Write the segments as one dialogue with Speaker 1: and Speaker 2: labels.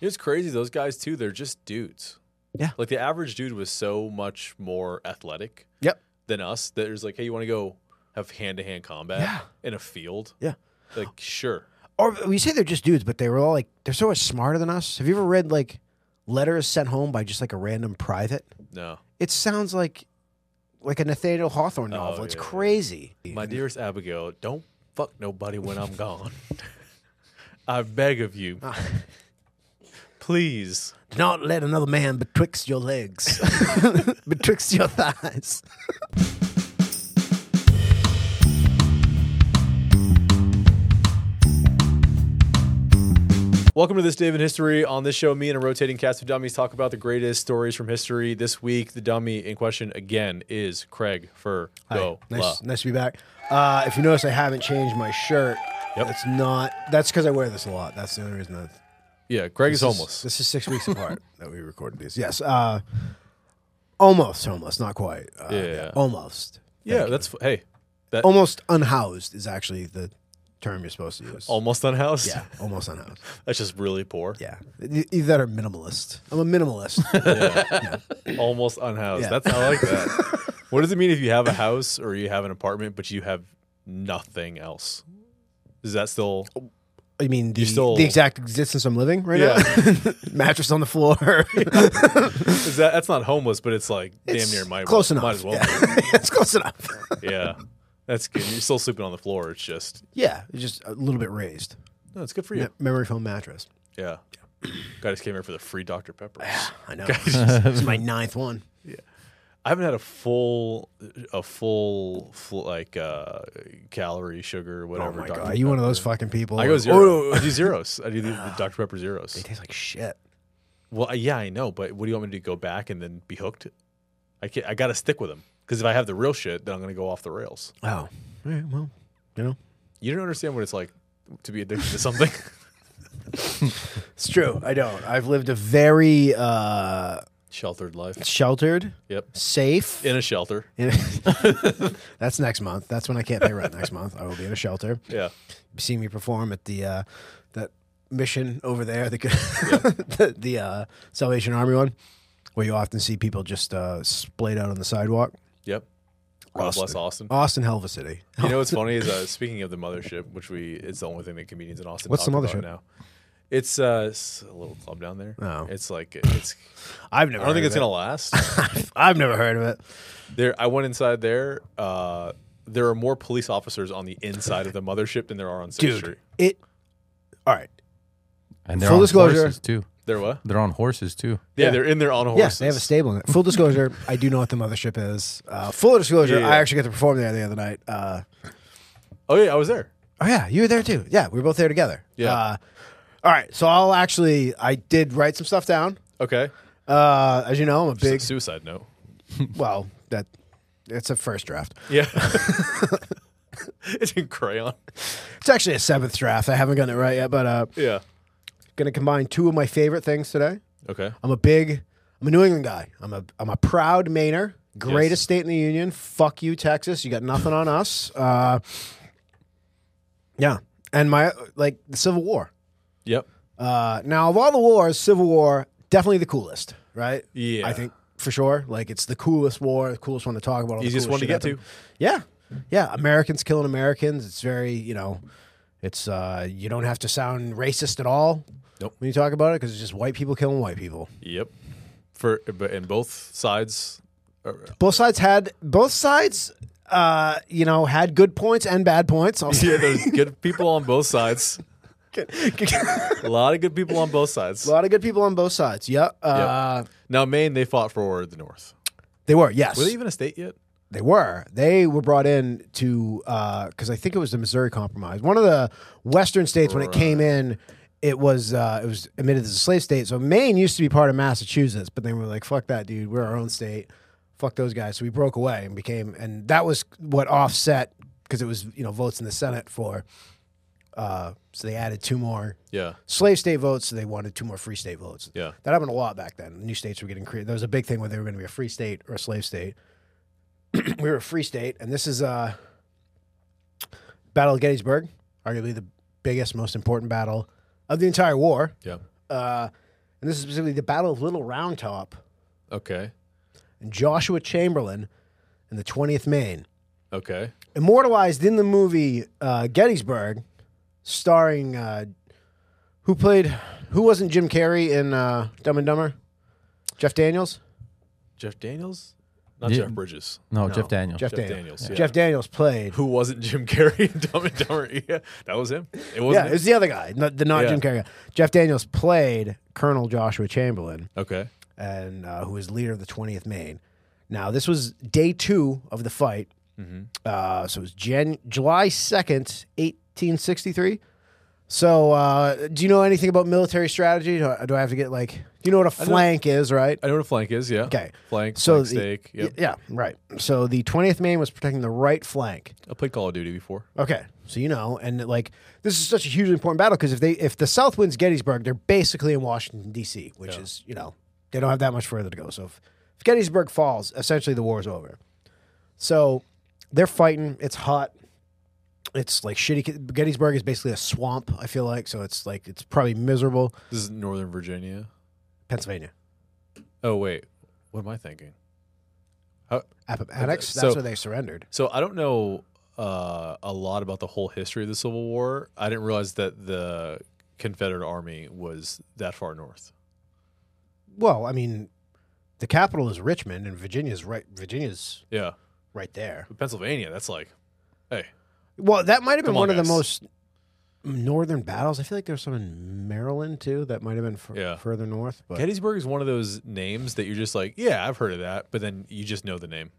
Speaker 1: It's crazy. Those guys too. They're just dudes.
Speaker 2: Yeah.
Speaker 1: Like the average dude was so much more athletic.
Speaker 2: Yep.
Speaker 1: Than us. That it was like, hey, you want to go have hand to hand combat
Speaker 2: Yeah.
Speaker 1: in a field?
Speaker 2: Yeah.
Speaker 1: Like sure.
Speaker 2: Or we say they're just dudes, but they were all like they're so much smarter than us. Have you ever read like letters sent home by just like a random private?
Speaker 1: No.
Speaker 2: It sounds like like a Nathaniel Hawthorne novel. it's
Speaker 1: Oh, yeah, yeah.
Speaker 2: crazy.
Speaker 1: My dearest Abigail, don't fuck nobody when I'm gone. I beg of you.
Speaker 2: Ah.
Speaker 1: Please.
Speaker 2: Do not let another man betwixt your legs, betwixt your thighs.
Speaker 1: Welcome to This Day in History. On this show, me and a rotating cast of dummies talk about the greatest stories from history. This week, the dummy in question again is Craig Fur. Go.
Speaker 2: Nice, nice to be back. Uh, if you notice, I haven't changed my shirt.
Speaker 1: Yep.
Speaker 2: That's not. That's because I wear this a lot. That's the only reason. That,
Speaker 1: Yeah, Craig is
Speaker 2: this is-
Speaker 1: homeless.
Speaker 2: This is six weeks apart that we recorded these. Yes. Uh, almost homeless, not quite. Uh,
Speaker 1: Yeah.
Speaker 2: Almost.
Speaker 1: yeah, that's f- hey, that
Speaker 2: Almost unhoused is actually the term you're supposed to use.
Speaker 1: almost unhoused.
Speaker 2: yeah. Almost unhoused.
Speaker 1: that's just really poor.
Speaker 2: Yeah. E- Either that or minimalist. I'm a minimalist.
Speaker 1: Almost unhoused.
Speaker 2: Yeah.
Speaker 1: That's I like that. what does it mean if you have a house or you have an apartment but you have nothing else? Is that still
Speaker 2: I mean, the,
Speaker 1: still-
Speaker 2: the exact existence I'm living right now. Mattress on the floor.
Speaker 1: is that that's not homeless, but it's like damn near my
Speaker 2: close enough.
Speaker 1: Might as well.
Speaker 2: Yeah. it's close enough.
Speaker 1: be. yeah. That's good. You're still sleeping on the floor. It's just
Speaker 2: yeah, it's just a little bit raised.
Speaker 1: No, it's good for you.
Speaker 2: Me- memory foam mattress.
Speaker 1: Yeah. Guy just came here for the free Dr. Peppers.
Speaker 2: I know. this is my ninth one.
Speaker 1: I haven't had a full, a full, full like uh, calorie, sugar,
Speaker 2: Oh
Speaker 1: whatever.
Speaker 2: my
Speaker 1: Dr.
Speaker 2: god, you one of those fucking people?
Speaker 1: I go
Speaker 2: Oh,
Speaker 1: zero.
Speaker 2: no,
Speaker 1: I
Speaker 2: it
Speaker 1: do zeros. I do the, the Dr. Pepper zeros.
Speaker 2: tastes like shit.
Speaker 1: Well, yeah, I know, but what do you want me to do? Go back and then be hooked? I can't, I got to stick with them because if I have the real shit, then I'm going to go off the rails.
Speaker 2: Oh, all right. Well, you know,
Speaker 1: You don't understand what it's like to be addicted to something.
Speaker 2: it's true. I don't. I've lived a very uh,
Speaker 1: Sheltered life.
Speaker 2: sheltered,
Speaker 1: Yep.
Speaker 2: safe.
Speaker 1: In a shelter.
Speaker 2: That's next month. That's when I can't pay rent next month. I will be in a shelter.
Speaker 1: Yeah.
Speaker 2: see me perform at the uh, that mission over there, the the, the uh, Salvation Army one, where you often see people just uh, splayed out on the sidewalk.
Speaker 1: Yep. God bless
Speaker 2: Austin.
Speaker 1: Austin.
Speaker 2: Austin, hell of a city.
Speaker 1: You know what's funny is uh, speaking of the mothership, which we it's the only thing that comedians in Austin
Speaker 2: What's
Speaker 1: talk
Speaker 2: the
Speaker 1: about
Speaker 2: Mothership?
Speaker 1: now. It's, uh, it's a little club down there.
Speaker 2: Oh.
Speaker 1: It's like it's.
Speaker 2: I've never.
Speaker 1: I don't think
Speaker 2: heard
Speaker 1: it's
Speaker 2: of
Speaker 1: gonna last.
Speaker 2: it. I've never heard of it.
Speaker 1: there, I went inside there. Uh, there are more police officers on the inside of the mothership than there are on Sixth
Speaker 2: dude.
Speaker 1: Street.
Speaker 2: It. All right.
Speaker 3: And they're
Speaker 2: Full
Speaker 3: on
Speaker 2: disclosure.
Speaker 3: horses too.
Speaker 1: They're what?
Speaker 3: They're on horses too.
Speaker 1: Yeah,
Speaker 2: Yeah.
Speaker 1: they're in there on
Speaker 2: Yes,
Speaker 1: horses.
Speaker 2: they have a stable in it. Full disclosure, I do know what the mothership is. Uh, full disclosure,
Speaker 1: Yeah, yeah.
Speaker 2: I actually got to perform there the other night. Uh,
Speaker 1: oh yeah, I was there.
Speaker 2: Oh yeah, you were there too. Yeah, we were both there together.
Speaker 1: Yeah.
Speaker 2: Uh, all right, so I'll actually I did write some stuff down.
Speaker 1: Okay.
Speaker 2: Uh, as you know, I'm a
Speaker 1: Big
Speaker 2: big
Speaker 1: suicide note.
Speaker 2: well that it's a first draft.
Speaker 1: Yeah. it's in crayon.
Speaker 2: It's actually a seventh draft. I haven't gotten it right yet, but uh,
Speaker 1: Yeah.
Speaker 2: gonna combine two of my favorite things today.
Speaker 1: Okay.
Speaker 2: I'm a big I'm a New England guy. I'm a I'm a proud Mainer. Greatest state in the union. Fuck you, Texas. You got nothing on us. Uh, yeah, and my like the Civil War.
Speaker 1: Yep.
Speaker 2: Uh, now, of all the wars, Civil War definitely the coolest, right?
Speaker 1: Yeah.
Speaker 2: I think for sure. Like it's the coolest war, the coolest one to talk about. all the
Speaker 1: Easiest one
Speaker 2: coolest
Speaker 1: to
Speaker 2: shit
Speaker 1: get to.
Speaker 2: happened. Yeah, yeah. Americans killing Americans. It's very you know, it's uh, you don't have to sound racist at all.
Speaker 1: Nope.
Speaker 2: When you talk about it, because it's just white people killing white people.
Speaker 1: Yep. For but and both sides. uh, Are,
Speaker 2: Both sides had both sides, uh, you know, had good points and bad points. I'll say.
Speaker 1: yeah, there's good people on both sides.
Speaker 2: a
Speaker 1: A lot of good people on both sides.
Speaker 2: lot of good people on both sides. Yeah, uh,
Speaker 1: Now Maine, they fought for the North.
Speaker 2: they were. Yes,
Speaker 1: Were they even a state yet?
Speaker 2: They were. They were brought in to because I think it was the Missouri Compromise, one of the Western states. When it came in, it was uh, it was admitted as a slave state. So Maine used to be part of Massachusetts, but they were like, "Fuck that, dude. We're our own state. Fuck those guys." So we broke away and became, and that was what offset because it was you know votes in the Senate for. Uh, so they added two more
Speaker 1: Yeah.
Speaker 2: slave state votes, so they wanted two more free state votes.
Speaker 1: Yeah.
Speaker 2: That happened a lot back then. New states were getting created. There was a big thing where they were going to be a free state or a slave state. we were a free state, and this is uh, Battle of Gettysburg, arguably the biggest, most important battle of the entire war.
Speaker 1: Yeah.
Speaker 2: Uh, and this is specifically the Battle of Little Round Top
Speaker 1: Okay.
Speaker 2: and Joshua Chamberlain in the 20th Maine.
Speaker 1: Okay.
Speaker 2: Immortalized in the movie uh, Gettysburg, starring uh, who played who wasn't Jim Carrey in uh, Dumb and Dumber? Jeff Daniels.
Speaker 1: Jeff Daniels? Not
Speaker 3: Yeah.
Speaker 1: Jeff Bridges.
Speaker 3: No, Jeff Daniels.
Speaker 2: Jeff,
Speaker 1: Oh, Jeff
Speaker 2: Daniels.
Speaker 1: Daniels, yeah.
Speaker 2: Jeff Daniels played.
Speaker 1: Who wasn't Jim Carrey in Dumb and Dumber? Yeah, that was him. It wasn't.
Speaker 2: yeah, it
Speaker 1: him?
Speaker 2: was the other guy, not, the not
Speaker 1: Yeah.
Speaker 2: Jim Carrey guy. Jeff Daniels played Colonel Joshua Chamberlain,
Speaker 1: Okay.
Speaker 2: and uh, who was leader of the 20th Maine. Now, this was day two of the fight.
Speaker 1: Mm-hmm.
Speaker 2: Uh, so it was Jan- July 2nd, 1863. So, uh, do you know anything about military strategy? Do I, do I have to get like, you know what a flank is, right?
Speaker 1: I know what a flank is. Yeah.
Speaker 2: Okay.
Speaker 1: Flank.
Speaker 2: So
Speaker 1: flank
Speaker 2: the-
Speaker 1: steak. Yep.
Speaker 2: Yeah, right. So the 20th Maine was protecting the right flank.
Speaker 1: I played Call of Duty before.
Speaker 2: Okay, so you know, and like this is such a hugely important battle because if they if the South wins Gettysburg, they're basically in Washington D.C., which is you know they don't have that much further to go. So if, if Gettysburg falls, essentially the war's over. So they're fighting. It's hot. It's like shitty. Gettysburg is basically a swamp. I feel like so it's like it's probably miserable.
Speaker 1: This is Northern Virginia.
Speaker 2: Pennsylvania,
Speaker 1: Oh wait, what am I thinking? How,
Speaker 2: Appomattox.
Speaker 1: So-
Speaker 2: That's where they surrendered.
Speaker 1: so I don't know uh, a lot about the whole history of the Civil War. I didn't realize that the Confederate Army was that far north.
Speaker 2: Well, I mean, the capital is Richmond, and Virginia's right. Virginia's
Speaker 1: Yeah,
Speaker 2: right there.
Speaker 1: but Pennsylvania. That's like, hey,
Speaker 2: Well, that might have been
Speaker 1: Come on,
Speaker 2: one of
Speaker 1: guys.
Speaker 2: the most northern battles. I feel like there's some in Maryland too that might have been fur-
Speaker 1: Yeah.
Speaker 2: further north. But
Speaker 1: Gettysburg is one of those names that you're just like, yeah, I've heard of that, but then you just know the name.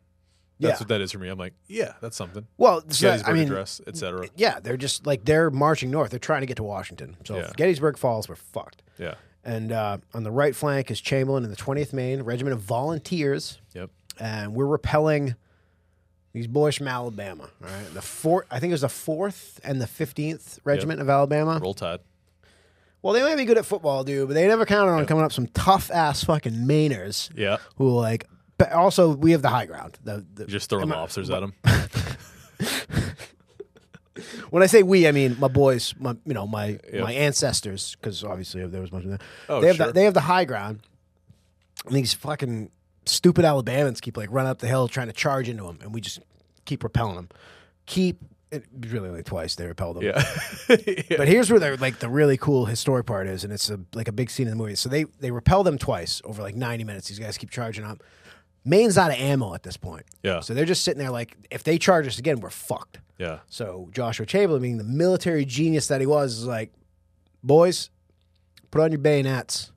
Speaker 1: That's
Speaker 2: yeah,
Speaker 1: what that is for me. I'm like, yeah, that's something.
Speaker 2: well, so that-
Speaker 1: Gettysburg
Speaker 2: I mean,
Speaker 1: Address, etc.
Speaker 2: yeah, they're just like they're marching north. They're trying to get to Washington. So
Speaker 1: Yeah.
Speaker 2: if Gettysburg falls, we're fucked.
Speaker 1: Yeah.
Speaker 2: And uh, on the right flank is Chamberlain and the 20th Maine Regiment of Volunteers,
Speaker 1: Yep.
Speaker 2: and we're repelling these boys from Alabama. All right, the fourth, I think it was the fourth and the 15th Regiment of Alabama.
Speaker 1: Roll Tide.
Speaker 2: Well, they might be good at football, dude, but they never counted on coming up some tough ass fucking Mainers.
Speaker 1: Yeah.
Speaker 2: who will like. But also, we have the high ground. The, the-
Speaker 1: Just throwing
Speaker 2: Am I-
Speaker 1: lobsters at them.
Speaker 2: when I say we, I mean my boys, my you know my
Speaker 1: Yeah.
Speaker 2: my ancestors, because obviously there was much of that.
Speaker 1: Oh,
Speaker 2: they have
Speaker 1: sure.
Speaker 2: the, they have the high ground. And these fucking stupid Alabamans keep like running up the hill trying to charge into them, and we just keep repelling them. Keep it, really only twice they repelled them.
Speaker 1: Yeah.
Speaker 2: But here's where the like the really cool historic part is, and it's a, like a big scene in the movie. So they they repel them twice over like 90 minutes. These guys keep charging up. Maine's out of ammo at this point.
Speaker 1: Yeah.
Speaker 2: So they're just sitting there like, if they charge us again, we're fucked.
Speaker 1: Yeah.
Speaker 2: So Joshua Chamberlain, being the military genius that he was, is like, boys, put on your bayonets.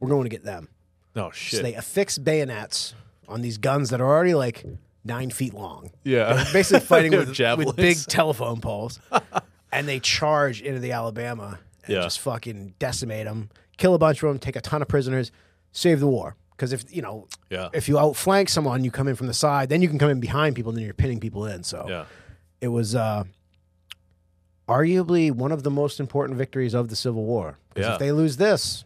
Speaker 2: We're going to get them.
Speaker 1: No
Speaker 2: So
Speaker 1: shit.
Speaker 2: they affix bayonets on these guns that are already like nine feet long.
Speaker 1: yeah.
Speaker 2: They're basically fighting
Speaker 1: They're
Speaker 2: with,
Speaker 1: javelins.
Speaker 2: with big telephone poles. and they charge into the Alabama and
Speaker 1: Yeah.
Speaker 2: just fucking decimate them, kill a bunch of them, take a ton of prisoners, save the war. Because if, you know,
Speaker 1: Yeah.
Speaker 2: if you outflank someone, you come in from the side, then you can come in behind people, and then you're pinning people in. So
Speaker 1: Yeah.
Speaker 2: it was uh, arguably one of the most important victories of the Civil War. 'Cause
Speaker 1: Yeah.
Speaker 2: If they lose this,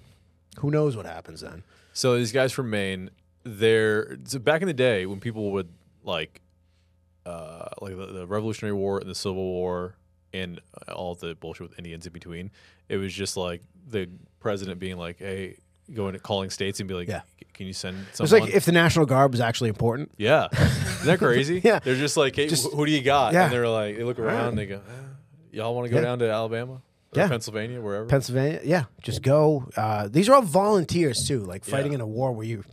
Speaker 2: who knows what happens then?
Speaker 1: So these guys from Maine, they're so back in the day when people would like, uh, like the, the Revolutionary War and the Civil War and all the bullshit with Indians in between. It was just like the president being like, "Hey, going to calling states and be like,
Speaker 2: Yeah.
Speaker 1: can you send
Speaker 2: It was
Speaker 1: someone?"
Speaker 2: like if the National Guard was actually important.
Speaker 1: yeah, isn't that crazy?
Speaker 2: Yeah.
Speaker 1: they're just like, "Hey,
Speaker 2: Just-
Speaker 1: wh- who do you got?"
Speaker 2: Yeah.
Speaker 1: And they're like, they look around, and they go, "Ah, "Y'all want to go
Speaker 2: Yeah.
Speaker 1: down to Alabama?" Or
Speaker 2: Yeah.
Speaker 1: Pennsylvania, wherever.
Speaker 2: Pennsylvania, yeah, just go. Uh, these are all volunteers too, like fighting
Speaker 1: Yeah.
Speaker 2: in a war where you,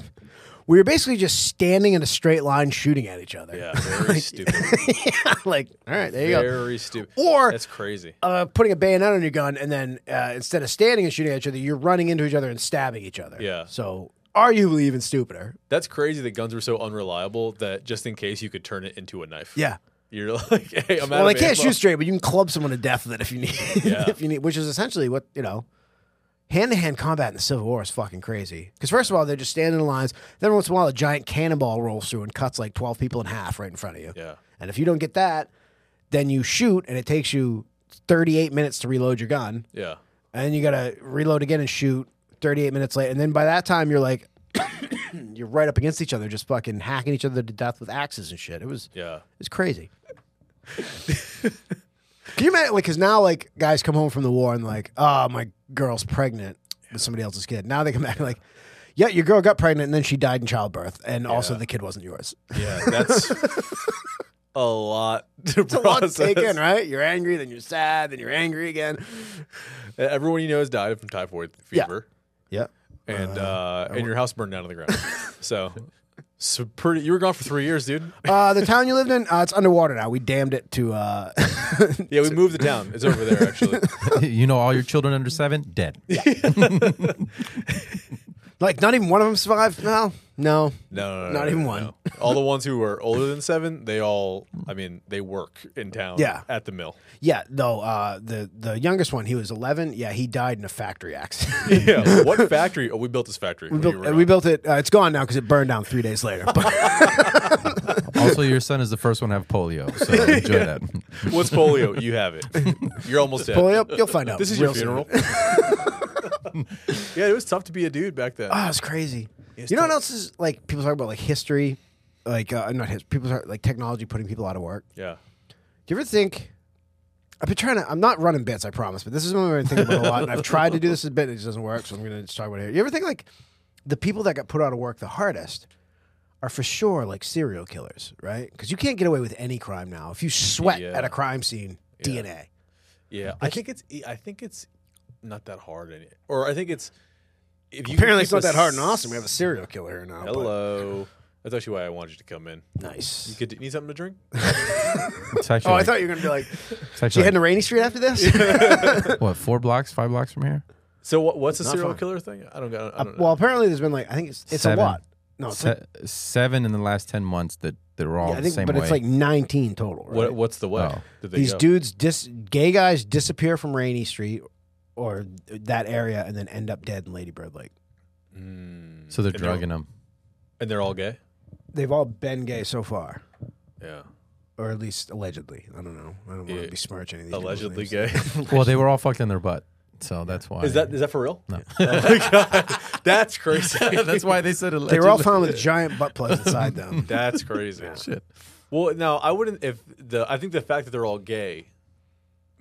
Speaker 2: where you're basically just standing in a straight line shooting at each other.
Speaker 1: yeah, very stupid.
Speaker 2: like all right, there you go.
Speaker 1: Very stupid.
Speaker 2: Or-
Speaker 1: that's crazy.
Speaker 2: uh, putting a bayonet on your gun, and then uh, instead of standing and shooting at each other, you're running into each other and stabbing each other.
Speaker 1: Yeah.
Speaker 2: So arguably even stupider.
Speaker 1: That's crazy that guns were so unreliable that just in case you could turn it into a knife.
Speaker 2: Yeah.
Speaker 1: You're like, hey, I'm out
Speaker 2: well,
Speaker 1: of
Speaker 2: they can't
Speaker 1: ammo.
Speaker 2: shoot straight, but you can club someone to death with it if you need.
Speaker 1: Yeah.
Speaker 2: if you need, which is essentially what you know. Hand to hand combat in the Civil War is fucking crazy. Because first of all, they're just standing in lines. Then every once in a while, a giant cannonball rolls through and cuts like twelve people in half right in front of you.
Speaker 1: Yeah.
Speaker 2: And if you don't get that, then you shoot, and it takes you thirty-eight minutes to reload your gun.
Speaker 1: Yeah.
Speaker 2: and then you gotta reload again and shoot 38 minutes late and then by that time you're like you're right up against each other just fucking hacking each other to death with axes and shit it was
Speaker 1: Yeah.
Speaker 2: it was crazy can you imagine like because now like guys come home from the war and like oh my girl's pregnant with somebody else's kid. Now they come back and like, yeah, your girl got pregnant and then she died in childbirth, and also the kid wasn't yours.
Speaker 1: Yeah, that's a lot to
Speaker 2: It's a lot to
Speaker 1: process.
Speaker 2: take in, right? You're angry, then you're sad, then you're angry again.
Speaker 1: Everyone you know has died from typhoid
Speaker 2: Yeah.
Speaker 1: fever,
Speaker 2: Yeah.
Speaker 1: and uh, and your house burned down to the ground. so, so pretty. You were gone for three years, dude.
Speaker 2: Uh, the town you lived in, uh, it's underwater now. We dammed it to. Uh,
Speaker 1: Yeah, we moved the town. It's over there actually.
Speaker 3: you know, all your children under seven dead.
Speaker 2: like, not even one of them survived now? No.
Speaker 1: No, no, no
Speaker 2: Not
Speaker 1: no,
Speaker 2: even
Speaker 1: no,
Speaker 2: one.
Speaker 1: no. All the ones who are older than seven, they all. I mean, they work in town.
Speaker 2: Yeah.
Speaker 1: at the mill.
Speaker 2: Yeah, though, uh, the, the youngest one, he was 11. Yeah, he died in a factory accident.
Speaker 1: Yeah. what factory? Oh, we built this factory.
Speaker 2: we, built, we built it. Uh, it's gone now because it burned down three days later. But
Speaker 3: Also, your son is the first one to have polio, so enjoy that.
Speaker 1: What's polio? You have it. You're almost dead.
Speaker 2: pull it up, you'll find out.
Speaker 1: This is
Speaker 2: real
Speaker 1: your
Speaker 2: soon.
Speaker 1: funeral. yeah, it was tough to be a dude back then.
Speaker 2: Oh, it's crazy. you know what else is like people talk about like history, like uh, not history. People talk like technology putting people out of work.
Speaker 1: yeah.
Speaker 2: Do you ever think? I've been trying to. I'm not running bits, I promise, but this is something I've been thinking about a lot. And I've tried to do this a bit, and it just doesn't work. So I'm going to just talk about it here. You ever think like the people that got put out of work the hardest are for sure like serial killers, right? Because you can't get away with any crime now. If you sweat
Speaker 1: Yeah.
Speaker 2: at a crime scene, DNA.
Speaker 1: Yeah, I think it's e- I think it's not that hard, any, or I think it's if you
Speaker 2: Apparently, it's
Speaker 1: keep
Speaker 2: not that hard in
Speaker 1: s-
Speaker 2: Austin. We have a serial killer here now. but-
Speaker 1: Hello, that's actually why I wanted you to come in.
Speaker 2: nice.
Speaker 1: You could need something to drink.
Speaker 3: It's actually,
Speaker 2: Oh, I
Speaker 3: like,
Speaker 2: thought you were going to be like,
Speaker 3: it's
Speaker 2: she
Speaker 3: actually
Speaker 2: heading to Rainy Street after this?
Speaker 3: like, what four blocks, five blocks from here?
Speaker 1: So what, what's the serial
Speaker 2: fun.
Speaker 1: killer thing? I don't got. I don't know.
Speaker 2: Well, apparently there's been like I think it's it's
Speaker 3: Seven.
Speaker 2: a lot. No, it's like,
Speaker 3: Se- seven in the last ten months that they're all
Speaker 2: yeah, I
Speaker 3: the
Speaker 2: think,
Speaker 3: same
Speaker 2: but
Speaker 3: way.
Speaker 2: it's like 19 total. Right?
Speaker 1: what, what's the way?
Speaker 3: Oh.
Speaker 1: Did they
Speaker 2: These
Speaker 1: go?
Speaker 2: dudes, dis- gay guys, disappear from Rainy Street or that area and then end up dead in Lady Bird Lake.
Speaker 1: Mm.
Speaker 3: so they're
Speaker 1: and they're-
Speaker 3: drugging them.
Speaker 1: and they're all gay.
Speaker 2: They've all been gay so far,
Speaker 1: Yeah,
Speaker 2: or at least allegedly. I don't know. I don't want
Speaker 1: Yeah.
Speaker 2: to besmirch any of these people's
Speaker 1: allegedly
Speaker 2: names.
Speaker 1: gay.
Speaker 3: Well, they were all fucked in their butt, so that's why.
Speaker 1: is that is that for real?
Speaker 3: No.
Speaker 1: Oh my God. that's crazy.
Speaker 3: that's why they said
Speaker 2: They were all found with giant butt plugs inside them.
Speaker 1: that's crazy.
Speaker 3: Shit.
Speaker 1: Well, no, I wouldn't. If the I think the fact that they're all gay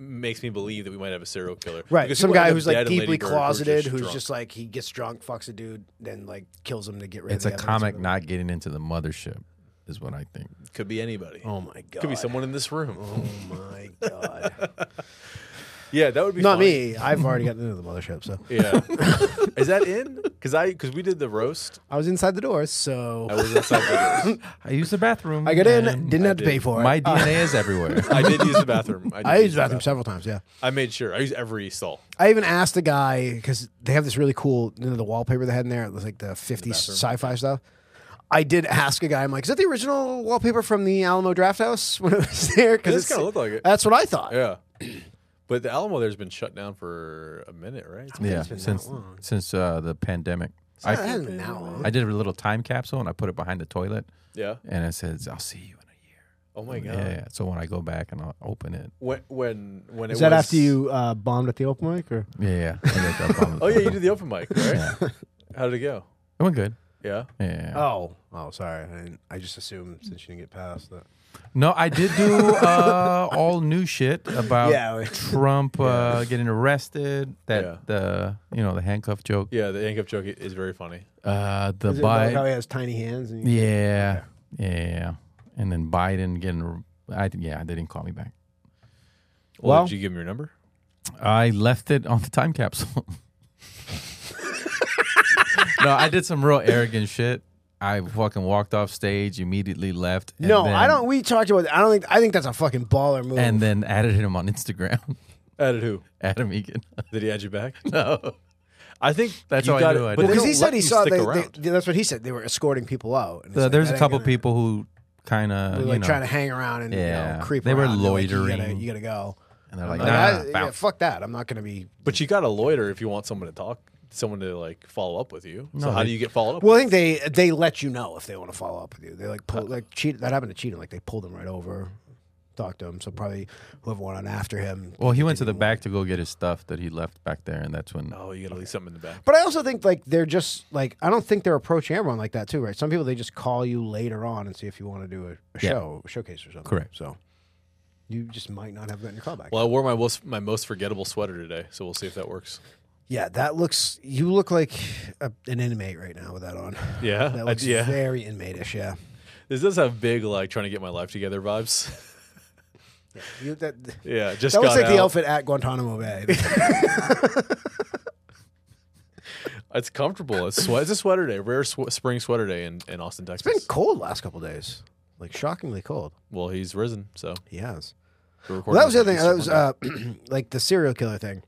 Speaker 1: makes me believe that we might have a serial killer.
Speaker 2: Right,
Speaker 1: Because
Speaker 2: some
Speaker 1: people
Speaker 2: guy
Speaker 1: end up
Speaker 2: who's
Speaker 1: dead
Speaker 2: like
Speaker 1: in Lady
Speaker 2: deeply
Speaker 1: Bird who are
Speaker 2: closeted, who's
Speaker 1: drunk.
Speaker 2: just like he gets drunk, fucks a dude, then like kills him to get rid
Speaker 3: It's
Speaker 2: of
Speaker 3: a
Speaker 2: the evidence.
Speaker 3: comic not getting into the mothership, is what I think.
Speaker 1: could be anybody.
Speaker 2: Oh my god!
Speaker 1: Could be someone in this room.
Speaker 2: Oh my god!
Speaker 1: Yeah, that would be
Speaker 2: Not
Speaker 1: fun.
Speaker 2: me. I've already gotten into the mothership, so
Speaker 1: Yeah, is that in? Because I because we did the roast.
Speaker 2: I was inside the door.
Speaker 1: I
Speaker 2: So
Speaker 1: was inside the roast.
Speaker 3: I used the bathroom.
Speaker 2: I got in, didn't have to
Speaker 1: did.
Speaker 2: pay for it. Uh,
Speaker 3: My DNA is everywhere.
Speaker 1: I did use the bathroom. did
Speaker 2: I
Speaker 1: use
Speaker 2: used the bathroom several times. Yeah,
Speaker 1: I made sure. I used every stall.
Speaker 2: I even asked the guy because they have this really cool, you know, the wallpaper they had in there. It was like the '50s sci-fi stuff. I did ask a guy. I'm like, "Is that the original wallpaper from the Alamo Draft House when it was there?"
Speaker 1: It
Speaker 2: Because
Speaker 1: does kind of look like it.
Speaker 2: that's what I thought.
Speaker 1: Yeah. But the Alamo there's been shut down for a minute, right? It's been-
Speaker 3: yeah,
Speaker 2: been that
Speaker 3: since
Speaker 2: long.
Speaker 3: since uh, the pandemic.
Speaker 2: It
Speaker 3: I,
Speaker 2: hasn't been that long.
Speaker 3: I did a little time capsule and I put it behind the toilet
Speaker 1: yeah.
Speaker 3: and I said, "I'll see you in
Speaker 1: Oh my
Speaker 3: a
Speaker 1: god.
Speaker 3: year." Yeah, yeah. So when I go back and I'll open it,
Speaker 1: When when when
Speaker 2: Is
Speaker 1: it
Speaker 2: that
Speaker 1: was,
Speaker 2: after you uh, bombed at the open mic? Or
Speaker 3: yeah, yeah. I got that on the
Speaker 1: Oh yeah, you
Speaker 3: toilet.
Speaker 1: did the open mic, right? How did it go?
Speaker 3: It went good.
Speaker 1: Yeah.
Speaker 3: Yeah, yeah, yeah.
Speaker 2: oh, oh, sorry. I, didn't- I just assumed since you didn't get past that.
Speaker 3: No, I did do uh, all new shit about
Speaker 2: Yeah, we-
Speaker 3: Trump uh, getting arrested. That
Speaker 1: Yeah.
Speaker 3: the you know the handcuff joke.
Speaker 1: Yeah, the handcuff joke i- is very funny.
Speaker 3: Uh, the
Speaker 2: Is it about
Speaker 3: Biden.
Speaker 2: how he has tiny hands? And you-
Speaker 3: Yeah, yeah. And then Biden getting. I yeah, they didn't call me back.
Speaker 1: Well,
Speaker 2: Well-
Speaker 1: did you give him your number?
Speaker 3: I left it on the time capsule. no, I did some real arrogant shit. I fucking walked off stage, immediately left. and
Speaker 2: No, I
Speaker 3: then-
Speaker 2: don't. We talked about. I don't think. I think that's a fucking baller move.
Speaker 3: And then added him on Instagram,
Speaker 1: Added who?
Speaker 3: Adam Egan.
Speaker 1: Did he add you back?
Speaker 3: no,
Speaker 1: I think
Speaker 3: That's
Speaker 1: you
Speaker 3: how I
Speaker 1: gotta-
Speaker 3: knew I
Speaker 1: but
Speaker 3: did.
Speaker 1: they
Speaker 2: because he
Speaker 1: don't
Speaker 2: said
Speaker 1: let
Speaker 2: he
Speaker 1: you
Speaker 2: saw
Speaker 1: stick
Speaker 2: they,
Speaker 1: around.
Speaker 2: they- that's what he said. They were escorting people out. and it's like,
Speaker 3: there's
Speaker 2: that
Speaker 3: a
Speaker 2: ain't
Speaker 3: couple
Speaker 2: gonna-
Speaker 3: people who kind of
Speaker 2: They
Speaker 3: you
Speaker 2: were
Speaker 3: know,
Speaker 2: like trying to hang around and you
Speaker 3: Yeah.
Speaker 2: know, creep.
Speaker 3: They were
Speaker 2: around. They're like, you, gotta,
Speaker 3: loitering.
Speaker 2: you gotta go.
Speaker 3: and they're like, nah,
Speaker 2: Like, I-
Speaker 3: nah,
Speaker 2: yeah,
Speaker 3: bounce.
Speaker 2: fuck that. I'm not gonna be.
Speaker 1: but you got to loiter if you want someone to talk, someone to like follow up with you. so
Speaker 3: No,
Speaker 1: how
Speaker 3: they-
Speaker 1: do you get followed up?
Speaker 2: Well, I think they they let you know if they want to follow up with you. They like pull like cheat. That happened to cheating. Like they pulled him right over, talked to him. So probably whoever went on after him.
Speaker 3: Well, he went to the back to go get his stuff that he left back there, and that's when.
Speaker 1: with? oh, you got to leave something in the back.
Speaker 2: But I also think like they're just like I don't think they're approaching everyone like that too, right? Some people they just call you later on and see if you want to do a, a
Speaker 3: Yeah.
Speaker 2: show, a showcase or something.
Speaker 3: Correct.
Speaker 2: So you just might not have that in your callback.
Speaker 1: Well, I wore my most, my most forgettable sweater today, so we'll see if that works.
Speaker 2: Yeah, that looks. You look like a, an inmate right now with that on.
Speaker 1: Yeah,
Speaker 2: That
Speaker 1: I-
Speaker 2: looks
Speaker 1: yeah.
Speaker 2: very inmate-ish. Yeah,
Speaker 1: This does have big like trying to get my life together vibes.
Speaker 2: you, that
Speaker 1: yeah, just
Speaker 2: that looks
Speaker 1: got
Speaker 2: like the
Speaker 1: out.
Speaker 2: outfit at Guantanamo Bay.
Speaker 1: It's comfortable. It's sweat. It's a sweater day. Rare sw- spring sweater day in, in Austin, Texas.
Speaker 2: It's been cold last couple days, like shockingly cold.
Speaker 1: well, he's risen, so
Speaker 2: He has.
Speaker 1: we're recording.
Speaker 2: Well, that was the
Speaker 1: this
Speaker 2: other thing.
Speaker 1: on
Speaker 2: That was
Speaker 1: Easter
Speaker 2: uh, like the serial killer thing.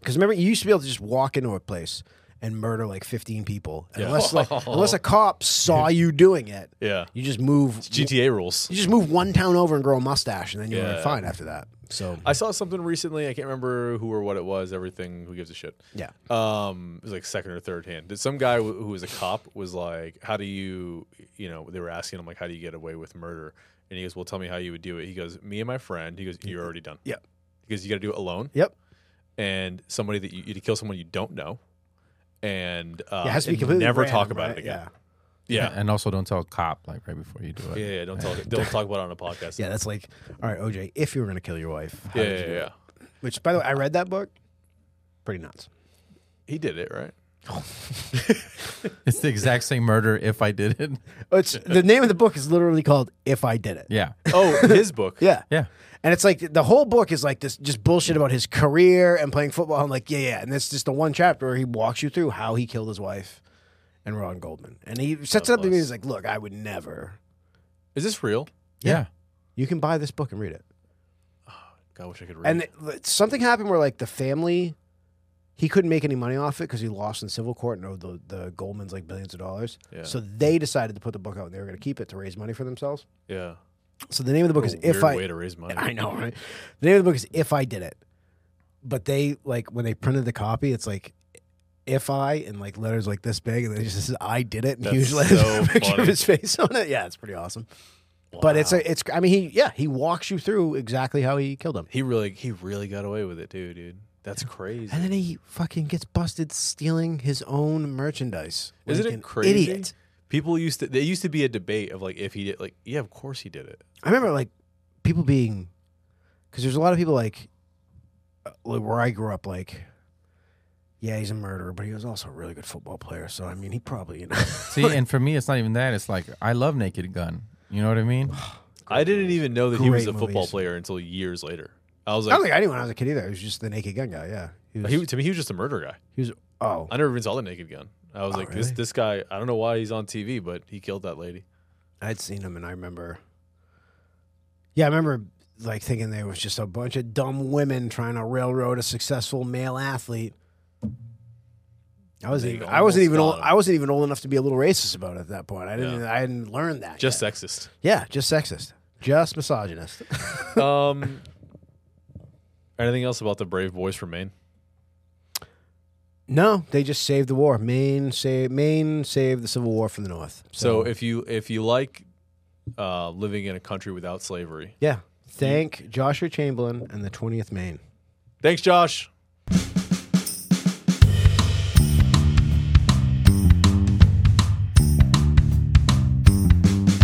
Speaker 2: Because remember, you used to be able to just walk into a place and murder like 15 people, And
Speaker 1: Yeah.
Speaker 2: unless like unless a cop saw you doing it.
Speaker 1: Monday. yeah,
Speaker 2: You just move.
Speaker 1: GTA rules.
Speaker 2: You just move one town over and grow a mustache, and then you're
Speaker 1: Yeah. Uh,
Speaker 2: fine after that. So
Speaker 1: I saw something recently. I can't remember who or what it was. Everything. Who gives a shit?
Speaker 2: yeah,
Speaker 1: Um, it was like second or third hand. Did some guy w- who was a cop was like, "How do you, you know?" They were asking him like, "How do you get away with murder?" And he goes, "Well, tell me how you would do it." He goes, "Me and my friend." He goes, "You're already done."
Speaker 2: Yeah.
Speaker 1: He goes, "You got to do it alone."
Speaker 2: Yep.
Speaker 1: And somebody that you, you to kill someone you don't know, and uh,
Speaker 2: Yeah, it has to be
Speaker 1: and
Speaker 2: completely
Speaker 1: never
Speaker 2: random,
Speaker 1: talk about
Speaker 2: right?
Speaker 1: it again.
Speaker 2: Yeah.
Speaker 1: Yeah.
Speaker 3: And also don't tell cop like right before you do it.
Speaker 1: Yeah, yeah, don't talk. Don't talk about it on a podcast.
Speaker 2: yeah, that's like all right, OJ. If you were gonna kill your wife, how
Speaker 1: yeah,
Speaker 2: did
Speaker 1: yeah,
Speaker 2: you
Speaker 1: yeah,
Speaker 2: do
Speaker 1: yeah.
Speaker 2: it? Which, by the way, I read that book. Pretty nuts.
Speaker 1: He did it right.
Speaker 3: It's the exact same murder if I did it.
Speaker 2: It's the name of the book is literally called "If I Did It."
Speaker 3: Yeah.
Speaker 1: Oh, his book.
Speaker 2: Yeah.
Speaker 3: Yeah.
Speaker 2: And it's like the whole book is like this just bullshit about his career and playing football. I'm like, yeah, yeah. And that's just the one chapter where he walks you through how he killed his wife and Ron Goldman. And he sets it up to me.
Speaker 1: bless.
Speaker 2: He's like, look, I would never.
Speaker 1: Is this real?
Speaker 3: Yeah.
Speaker 2: You can buy this book and read it.
Speaker 1: God, I wish I could read.
Speaker 2: And it- something happened where like the family, he couldn't make any money off it because he lost in civil court and owed the, the Goldmans like billions of dollars.
Speaker 1: Yeah.
Speaker 2: So they decided to put the book out and they were going to keep it to raise money for themselves.
Speaker 1: yeah.
Speaker 2: So the name of the book
Speaker 1: What
Speaker 2: is
Speaker 1: a
Speaker 2: If
Speaker 1: weird
Speaker 2: I
Speaker 1: way to raise money.
Speaker 2: I know, right? The name of the book is If I Did It. But they like when they printed the copy, it's like if I and like letters like this big, and they just says I did it and
Speaker 1: That's
Speaker 2: huge letters
Speaker 1: so
Speaker 2: with a picture of
Speaker 1: funny.
Speaker 2: his face on it. Yeah, it's pretty awesome. But it's a, it's I mean he yeah, he walks you through exactly how he killed him.
Speaker 1: He really, he really got away with it too, dude. That's crazy.
Speaker 2: And then he fucking gets busted stealing his own merchandise. Like
Speaker 1: Isn't
Speaker 2: an
Speaker 1: it crazy?
Speaker 2: Idiot.
Speaker 1: People used to. There used to be a debate of like if he did. Like, yeah, of course he did it.
Speaker 2: I remember like people being because there's a lot of people like uh, like where I grew up like yeah he's a murderer but he was also a really good football player so I mean he probably you know
Speaker 3: See, and for me, it's not even that. It's like I love Naked Gun. You know what I mean?
Speaker 1: I didn't even know that he was a
Speaker 2: Great
Speaker 1: football
Speaker 2: movies.
Speaker 1: player until years later. I was
Speaker 2: I don't
Speaker 1: like,
Speaker 2: think I knew when I was a kid either he was just the naked gun guy yeah he was,
Speaker 1: he, to me, he was just a murder guy.
Speaker 2: he was oh
Speaker 1: I never even saw the Naked Gun. I was
Speaker 2: Oh,
Speaker 1: like, this
Speaker 2: really?
Speaker 1: this guy. I don't know why he's on TV, but he killed that lady.
Speaker 2: I'd seen him and I remember yeah I remember like thinking there was just a bunch of dumb women trying to railroad a successful male athlete. I wasn't
Speaker 1: They
Speaker 2: even, I
Speaker 1: almost
Speaker 2: wasn't even old,
Speaker 1: got him.
Speaker 2: I wasn't even old enough to be a little racist about it at that point. I didn't I hadn't learned that. yet.
Speaker 1: Just sexist.
Speaker 2: Yeah, just sexist. Just misogynist.
Speaker 1: Um, anything else about the brave boys from Maine?
Speaker 2: no, they just saved the war. Maine saved Maine saved the Civil War from the North.
Speaker 1: So if you if you like uh, living in a country without slavery,
Speaker 2: yeah, thank Joshua Chamberlain and the 20th Maine.
Speaker 1: thanks, Josh.